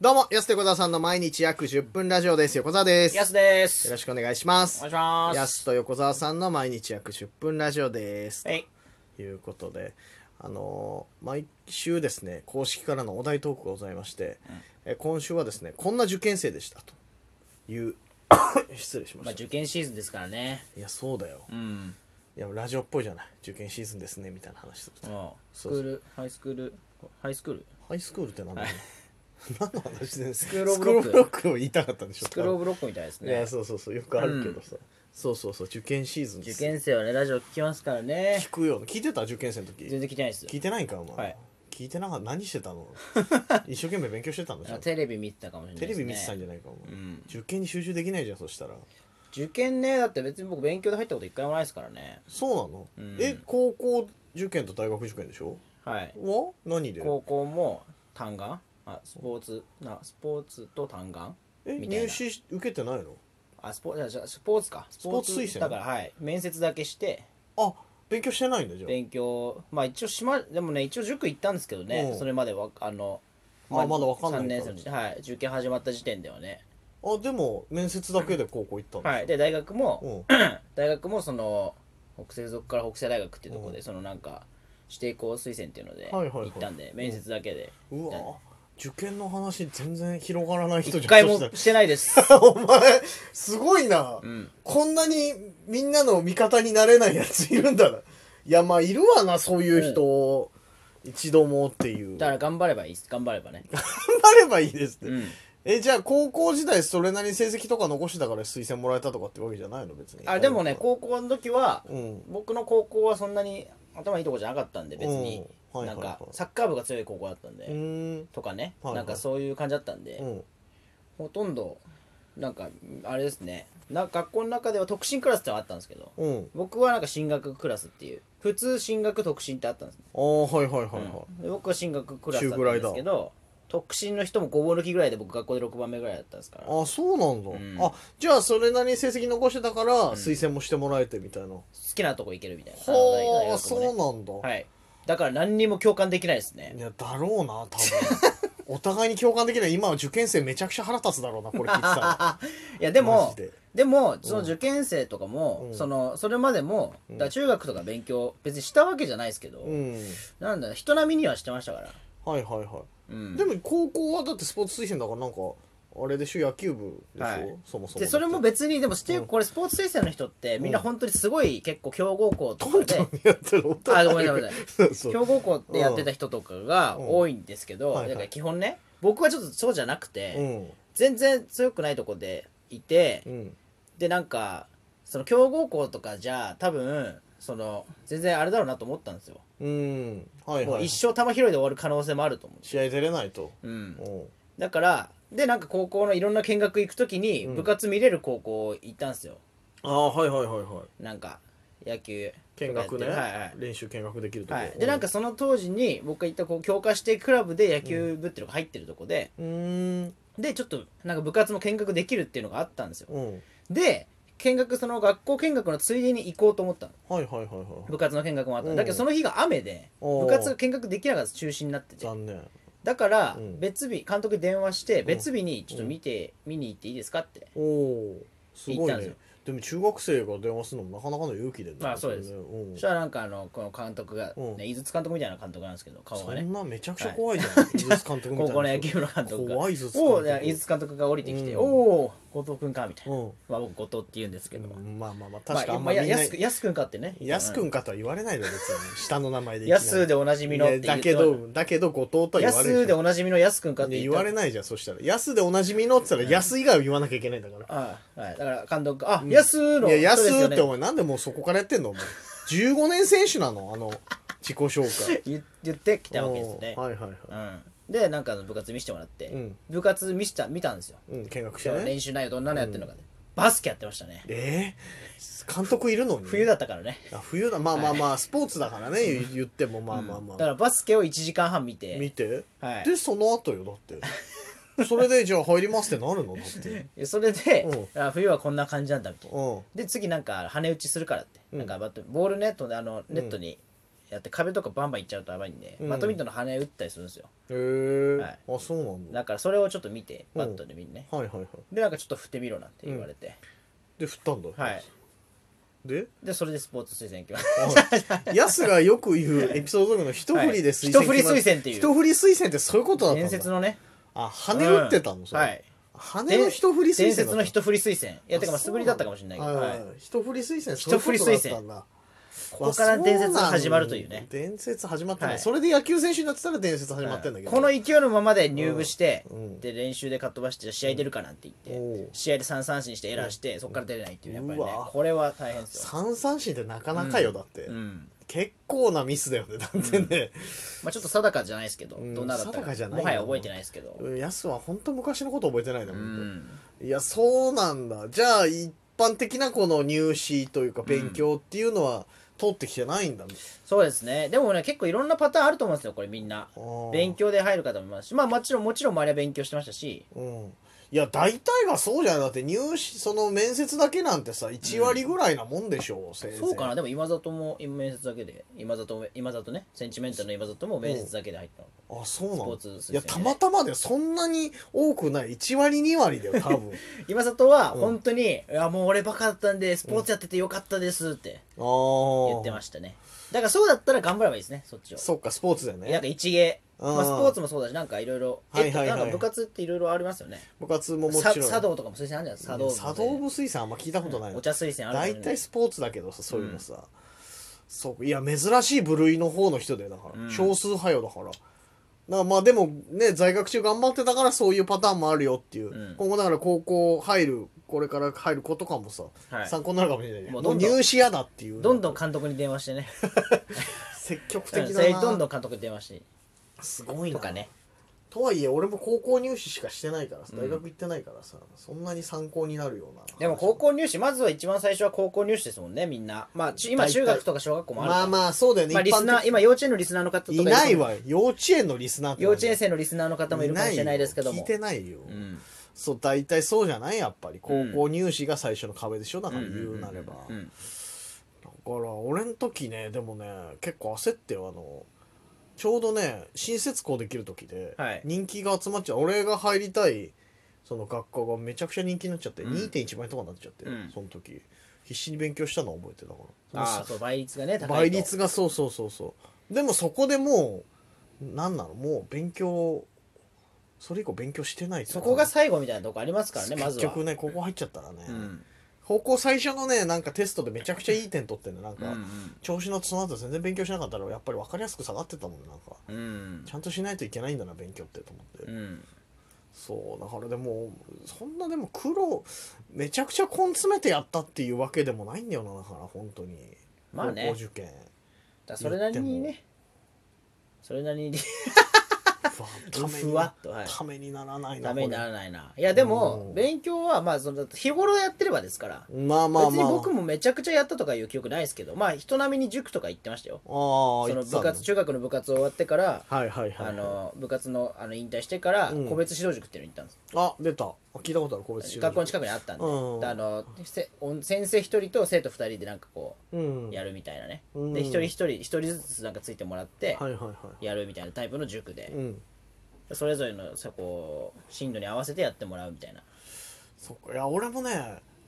どうも、安手小沢さんの毎日約10分ラジオです。横澤です。やよすです。ろしくお願いしまおす願い。します。安と横澤さんの毎日約10分ラジオです。はい。ということで、あのー毎週ですね、公式からのお題トークがございまして、え今週はですね、こんな受験生でしたという、 失礼しままあした。受験シーズンですからね。いや、そうだよ。うん。いや、ラジオっぽいじゃない。受験シーズンですね、みたいな話すると。スクール、ハイスクール、ハイスクールハイスクールって何だ ろう 何の話でスクールオブクーロックルブロックを言いたかったんでしょスクールオブロックみたいですいやね。そうそうそうよくあるけどさ、そうそうそう受験シーズンで受す験生はね、ラジオ聞きますからね聞。くよ聞いてた受験生の時全然聞いてないです。聞いてないんかお前、はい聞いてなかった何してた の一生懸命勉強してたんでしあょテレビ見てたかもしれないテでレすね。ビ見てたんじじゃないかお前、うん受験に集中できないじゃんそしたら受験ね、だって別に僕勉強で入ったこと一回もないですからね。そうなの、うんえ高校受験と大学受験でしょはい。は何で高校も単眼あ、スポーツ、な、スポーツと単眼えみたいな入試受けてないのあ、スポーツ、じゃあスポーツか。スポーツ推薦だからはい。面接だけして、あ勉強してないんだじゃあ勉強まあ一応しまでもね一応塾行ったんですけどうねんそれまではあのあまだわかんない3年生の時はい受験始まった時点ではねあでも面接だけで高校行ったんだ、はいで大学もうん、大学もその北西属から北西大学っていうところうでそのなんか指定校推薦っていうのではいはいはい行ったんで面接だけでうわ受験の話全然広がらない人じゃん一回もそしたらしてないです お前、すごいな、うんこんなにみんなの味方になれないやついるんだな。いや、まあ、いるわな、そういう人、一度もっていう。だから頑頑張ればいいです頑張れ ばね張ればいいですって。うんえ、じゃあ、高校時代それなりに成績とか残してたから推薦もらえたとかってわけじゃないの別に。あでもね高校の時はうん。僕の高校はそんなに頭いいとこじゃなかったんで別にうんはいなはいんはいかサッカー部が強い高校だったんでうーん。とかね、はいはいなんかそういう感じだったんで、うん。ほとんどなんかあれですねな学校の中では特進クラスってのがあったんですけどうん。僕はなんか進学クラスっていう普通進学特進ってあったんです、ねああ、はいはいはいはい。うんで僕は進学クラスだったんですけど特進の人もごぼ抜きぐらいで僕学校で6番目ぐらいだったんですからああ、そうなんだ、んあ、じゃあ、それなりに成績残してたから、推薦もしてもらえてみたいな。好きなとこ行けるみたいなはあ、大そ学もねうなんだ。はいだから何にも共感できないですねいや、だろうな、多分。お互いに共感できない。今は受験生めちゃくちゃ腹立つだろうな、これ聞いてた ら。 いやでマジもででもその受験生とかも、うんそのそれまでもだから中学とか勉強別にしたわけじゃないですけど、うん。なんだ人並みにはしてましたから、はいはいはい。うん、でも高校はだってスポーツ推薦だからなんか、あれでしょ、野球部でしょ、はいそもそも。でそれも別別にでもしてうんこれスポーツ推薦の人ってみんな本当にすごい結構強豪校とトかントンで やってるお互あごめんなさいごめんなさい そうそう。強豪校でやってた人とかがうん多いんですけど、はいはいだから基本ね僕はちょっとそうじゃなくて、うん。全然強くないとこでいて、うん。でなんかその強豪校とかじゃ多分その全然あれだろうなと思ったんですよ、うん。はいもはうい。一生球拾いで終わる可能性もあると思う試合出れないと。うんうん。だからでなんか高校のいろんな見学行く時にうん部活見れる高校行ったんですよ、ああ、はいはいはいはい。なんか野球とか見学ね、やってはいはい練習見学できるとこ、はい、でなんかその当時に僕が行ったこう強化指定クラブで野球部っていうのが入ってるとこで、うーんでちょっとなんか部活も見学できるっていうのがあったんですようんで見学その学校見学のついでに行こうと思ったのはいはいはいはい部活の見学もあったうんのだけどその日が雨でおー部活が見学できなかった中止になってて残念だからうん別日監督に電話して別日にちょっと見て、見に行っていいですかっておおす行っごいたんですねよでも中学生が電話するのもなかなかの勇気でねまあそうですうんそしたらなんかあのこの監督が、うんね、井筒監督みたいな監督なんですけど顔そがねんなめちゃくちゃ怖いじゃん、井筒監督みたいな高校の野球部の監督が怖いぞおういや井筒監督が降りてきてう「んおお後藤君か」みたいな、うんまあ、僕後藤って言うんですけど、うんまあまあまあま確かああんまやりやすくややすくんかってねすくんかとは言われないの別に下の名前でやすでおなじみのっいやて言だっけてどだけど後藤とはや言われするでじゃんおなじみのやすくんかっいてや言言ったわれないじゃんそしたら「やすでおなじみの」っつったら「やす」以外は言わなきゃいけないんだからああはい、だから監督が「あやすのいや、やそうですすよっねてお前なんでもうそこからやってんのお前。15年選手なのあの、自己紹介。言言ってきたわけですね、おーはいはいはい。うん、でなんかあの部活見せてもらって、うん部活見した見たんですよ、うん、見学してね。練習内容どんなのやってるのかで、バスケやってましたねえー、監督いるのに冬だったからねあ冬だ。まあまあまあ、スポーツだからね、言言ってもまあまあまだかあ。らバスケを1時間半見て見て。はいで、その後よ、だ って。それで、じゃあ入りますってなるのだって。でそれでうん、あ冬はこんな感じなんだみたいなうん。で次なんか羽打ちするからって、んなんかバットボールネットであのネットに、やって壁とかバンバンいっちゃうとやばいんで、うんバドミントンの羽打ったりするんですよへえ、はいあそうなんだだからそれをちょっと見てうんバットで見んねはいはいはいでなんかちょっと振ってみろなんて言われて、で振ったんだはい ででそれでスポーツ推薦行きまヤスがよく言うエピソードの一振りで推薦はい一振り推薦っていう一振り推薦ってそういうことだったんだ伝説のねあ羽打ってたのそれ、はい羽の一振り推薦伝説のだった一振り推薦いやてかまあ素振りだったかもしれないけど、はいはい一振り推薦そういうことだったんだここから伝説が始まるというねあそうなんだ伝説始まったね、はいそれで野球選手になってたら伝説始まってんだけど、この勢いのままで入部して、うんうんで練習でかっ飛ばして試合出るかなんて言って、おう試合で3三振してエラーして、そこから出れないっていうねやっぱりねうわこれは大変ですよ、三三振ってなかなかよ、だって、うん結構なミスだよねだってね、まあ、ちょっと定かじゃないですけど、んどんなだった定かじゃなかいよもはや覚えてないですけど、ヤスは本当昔のこと覚えてないな、う本当ん、いやそうなんだじゃあ一般的なこの入試というか勉強っていうのは通ってきてないんだ、そうですねでもね結構いろんなパターンあると思うんですよこれみんなああ勉強で入る方もいますしまあもちろんもちろん周りは勉強してましたしうんいや大体がそうじゃないだって入試その面接だけなんてさ1割ぐらいなもんでしょう、先生そうかなでも今里も今面接だけで今里も今里ねセンチメンタルの今里も面接だけで入ったの、あそうなんだスポーツ推薦でいやたまたまでそんなに多くない1割2割だよ 多分今里は本当に「いやもう俺バカだったんでスポーツやっててよかったです」ってああ言ってまししたねだからそうだったら頑張ればいいですねそっちをそっかスポーツだよなんねか一芸あーまあ、スポーツもそうだしなんかいろいろはいはいはいえっとなんか部活っていろいろありますよね部活ももちろさん茶道とかも推薦あるじゃん茶道部茶道部水産あんま聞いたことないな、お茶推薦ある大じゃん体スポーツだけどさそういうのさ、そういや珍しい部類の方の人でだから、うん少数派よだからだからまあでもね在学中頑張ってたからそういうパターンもあるよっていう、うん今後だから高校入るこれから入る子とかもさ、はい参考になるかもしれないねももううどんどん入試嫌だっていうどんどん監督に電話してね積極うん的そだれなどんどん監督に電話してすごいなとかねとはいえ俺も高校入試しかしてないからさうん大学行ってないからさ、そんなに参考になるようなでも高校入試まずは一番最初は高校入試ですもんねみんなまあち今大体中学とか小学校もあるまあまあそうだよね、まあリ一般ス的ナー今幼稚園のリスナーの方とかいると思うないわ幼稚園のリスナーって幼稚園生のリスナーの方もいるかもしれないですけども聞いてないよ、うんそう大体そうじゃないやっぱり高校入試が最初の壁でしょだから言うなれば、うんうんうんだから俺の時ねでもね結構焦ってよあのちょうどね新設校できる時ではい人気が集まっちゃう、俺が入りたいその学科がめちゃくちゃ人気になっちゃって、うん2.1倍とかになっちゃって、うんその時必死に勉強したのは覚えてたからああそう倍率がね高いと倍率がそうそうそうそうでもそこでもう何なのもう勉強それ以降勉強してないそこが最後みたいなとこありますからねまず結は局ねここ入っちゃったらね、うん高校最初のねなんかテストでめちゃくちゃいい点取ってんのなんうか、ん調子のその後全然勉強しなかったらやっぱり分かりやすく下がってたもんなんかうんちゃんとしないといけないんだな勉強ってと思って、うんそうだからでもそんなでも苦労めちゃくちゃ根詰めてやったっていうわけでもないんだよなだから本当にまあね高校受 験だからそれなりにねそれなりにうわふわっとはいためにならないなダメにこれならないないやでもうん勉強はまあその日頃やってればですからまあまあ別にまあ。僕もめちゃくちゃやったとかいう記憶ないですけどまあ人並みに塾とか行ってましたよもああ、そ言のってた部ん活だ中学の部活終わってからはいはいはい。あ、の部活のあの引退してからうん個別指導塾っていうのに行ったんですあ、出た。聞いたことある、個別指導学校の近くにあったんで,で、うんあのせ先生一人と生徒二人でなんかこうん。うやるみたいなね、うんで一人一人一人ずつなんかついてもらってはいはいはい。やるみたいなタイプの塾でう、ん。それぞれのそこう進路に合わせてやってもらうみたいなそっか。いや、俺もね、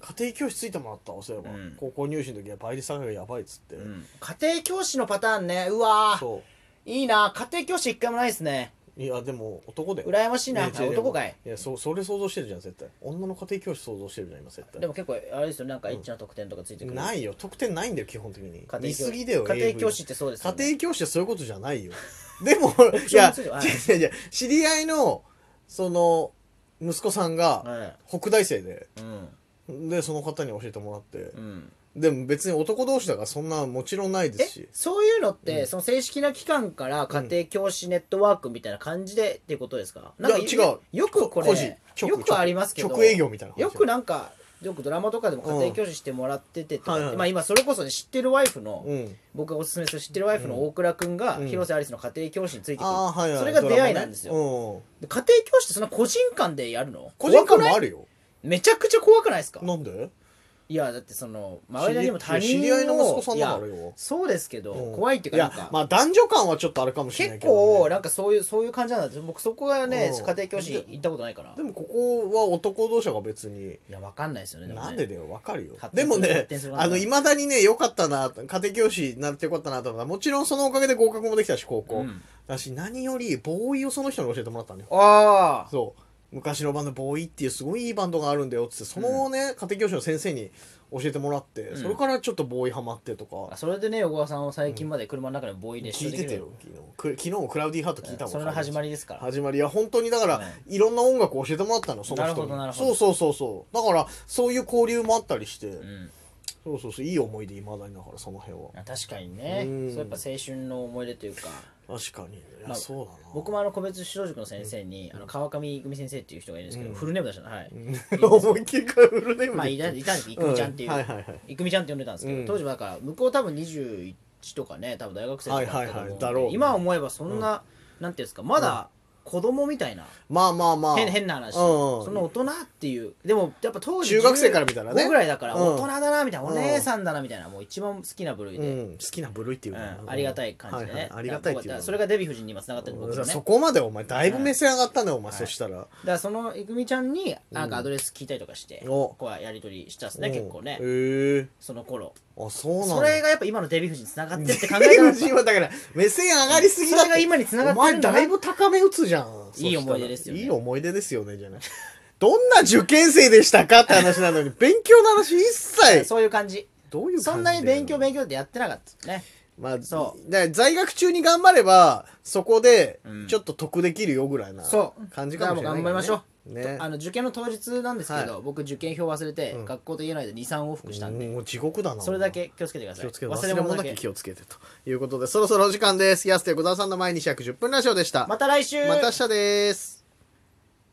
家庭教師ついてもらったわ、そういえば。うん高校入試の時は倍率下がりがやばいっつって。家庭教師のパターンねうわーそいいな家庭教師一回もないですねう。いや、でも男で。羨ましいな、ね違う男かいいやそ、それ想像してるじゃん、絶対。女の家庭教師想像してるじゃん、今、絶対。でも結構あれですよなんかエッチな得点とかついてくる、ないよ。得点ないんだよ、基本的に家。庭見教すぎだよ、家 AV 庭教師ってそうですよ、家ね、庭教師はそういうことじゃ ないよ。でも、いションや、通違常はいう違う違う、知り合いの、その、息子さんが、はい北大生で、うんで、その方に教えてもらってう、んでも別に男同士だからそんなもちろんないでえすし、そういうのって、その正式な機関から家庭教師ネットワークみたいな感じでっていうことですかなんかいや違うよくこれ個人直よくありますけど直営業みたいな話よくなんかよくドラマとかでも家庭教師してもらっててとかってうんはいはいまあ、今それこそね知ってるワイフの、うん僕がおすすめする知ってるワイフの大倉君が、うん広瀬アリスの家庭教師についてくる、ああはいはいそれが出会いなんですよ、ドラマねうんで家庭教師ってそんな個人間でやるの個人間怖くなもいあるよめちゃくちゃ怖くないですかなんでいやだってその知周りのりにも他人を知り合いの息子さんだからいやよそうですけど、うん怖いっていうかなんかやまあ男女間はちょっとあれかもしれない結けどね、構なんかそういうそういう感じなんだって僕そこがねうん家庭教師行ったことないからでもここは男同士が別にいやわかんないですよねなんでねだよわかるよ発で展すもるね発展するなあのいまだにね良かったな家庭教師になって良かったなと思ったもちろんそのおかげで合格もできたし高校、うんだし何よりボーイをその人に教えてもらったんだよああそう昔のバンドボーイっていうすごいいいバンドがあるんだよっつってそのね、家庭教師の先生に教えてもらって、んそれからちょっとボーイハマってとかそれでね小川さんを最近まで車の中でボーイで聞いてたよ昨日く昨日もクラウディーハート聞いたもんそれの始まりですから始まりは本当にだから、ねいろんな音楽を教えてもらったのその人になるほどなるほどそうそうそうそうだからそういう交流もあったりして、うんそうそうそういい思い出いまだにだからその辺は確かにねうんそうやっぱ青春の思い出というか確かにいや、まあそうだな僕もあの個別指導塾の先生にあの川上組先生っていう人がいるんですけどフルネーム出したのはい 思いっきりカウルネームでまあいたいたんですいくみちゃんっていうはいはいはいいくみちゃんって呼んでたんですけうどん当時はだから向こう多分21とかね多分大学生とかだったと思うんではいはいはいだろうね今思えばそんななんていうんですかまだ子供みたいなまあまあまあ変 変な話うんうんその大人っていうでもやっぱ当時中学生から見たらね15ぐらいだからうん大人だなみたいなうんお姉さんだなみたいなもう一番好きな部類うでん、好きな部類っていううかな、んありがたい感じではねはありがたいっていうかだからそれがデヴィ夫人に今つながってる僕のねそこまでお前だいぶ目線上がったねお前、はいそしたらだからそのいくみちゃんになんかアドレス聞いたりとかしておこうやり取りしたっすねうん結構ねへえその頃あそうなんだそれがやっぱ今のデヴィ夫人につながってるって考えたらデヴィ夫人はだから目線上がりすぎだっそれがて今に繋がってるんだおな前だいぶ高め打つじゃんいい思い出ですよねそしたらいい思い出ですよねじゃないどんな受験生でしたかって話なのに勉強の話一切そういう感じどういう感じだよそんなに勉強勉強ってやってなかったですねまあそだから在学中に頑張ればそこでうんちょっと得できるよぐらいなそう感じかもしれないからね、だからもう頑張りましょうねあの受験の当日なんですけど、は僕受験票忘れて、うん学校と家の間23往復したんで、もう地獄だなそれだけ気をつけてください気をつけて忘れ物だけ気をつけてということでそろそろお時間です安手小沢さんの毎日約10分ラジオでしたまた来週また明日です